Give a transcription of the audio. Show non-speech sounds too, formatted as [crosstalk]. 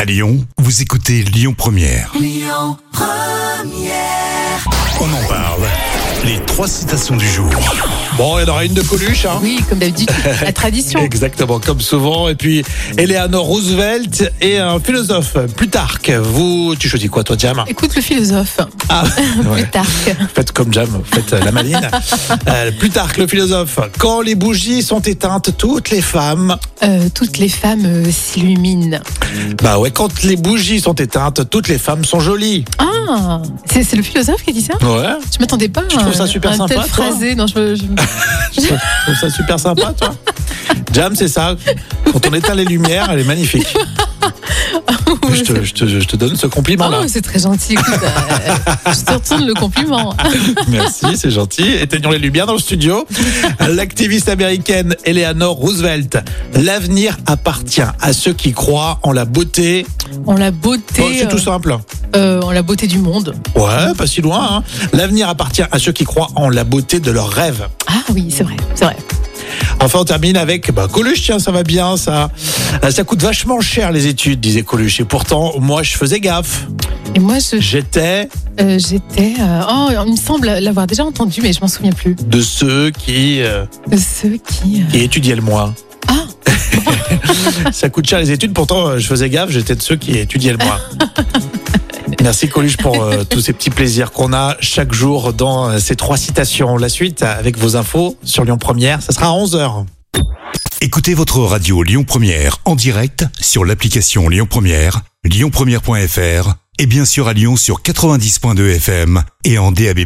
À Lyon, vous écoutez Lyon Première. On en parle. Les trois citations du jour. Bon, il y en aura une de Coluche, hein Oui, comme d'habitude, [laughs] la tradition. Exactement, comme souvent. Et puis, Eleanor Roosevelt et un philosophe, Plutarque. Vous, tu choisis quoi, toi, Jam Écoute le philosophe, [laughs] Ah, ouais. Plutarque. Faites comme Jam, faites euh, la maline. Euh, Plutarque, le philosophe. Quand les bougies sont éteintes, toutes les femmes. Euh, toutes les femmes euh, s'illuminent. Bah ouais, quand les bougies sont éteintes, toutes les femmes sont jolies. Ah, c'est c'est le philosophe qui a dit ça Ouais. Je m'attendais pas. Tu trouves ça super un sympa, tel toi phrasé. Non, je, je- Je trouve ça super sympa, toi. Jam, c'est ça. Quand on éteint les lumières, elle est magnifique. Je te, je te- je te donne ce compliment-là. Oh, c'est très gentil. Écoute, [laughs] euh, je te retourne le compliment. Merci, c'est gentil. Éteignons les lumières dans le studio. L'activiste américaine Eleanor Roosevelt. L'avenir appartient à ceux qui croient en la beauté. On la beauté. Oh, c'est tout euh, simple. euh, on la beauté du monde. Ouais, pas si loin. hein. L'avenir appartient à ceux qui croient en la beauté de leurs rêves. Ah oui, c'est vrai, c'est vrai. Enfin, on termine avec bah, Coluche. Tiens, ça va bien, ça. Euh, Ça coûte vachement cher les études, disait Coluche. Et pourtant, moi, je faisais gaffe. Et moi, je- J'étais euh, j'étais. euh, oh, il me semble l'avoir déjà entendu, mais je m'en souviens plus. de ceux qui, euh, De ceux qui. euh, qui étudiaient le moins. Ah, [laughs] Ça coûte cher les études, pourtant euh, je faisais gaffe, j'étais de ceux qui étudiaient le moins. Merci Coluche pour euh, tous ces petits plaisirs qu'on a chaque jour dans euh, ces trois citations. La suite euh, avec vos infos sur Lyon Première, ça sera à 11h. Écoutez votre radio Lyon Première en direct sur l'application Lyon Première, lyonpremière.fr et bien sûr à Lyon sur 90.2 FM et en DAB+.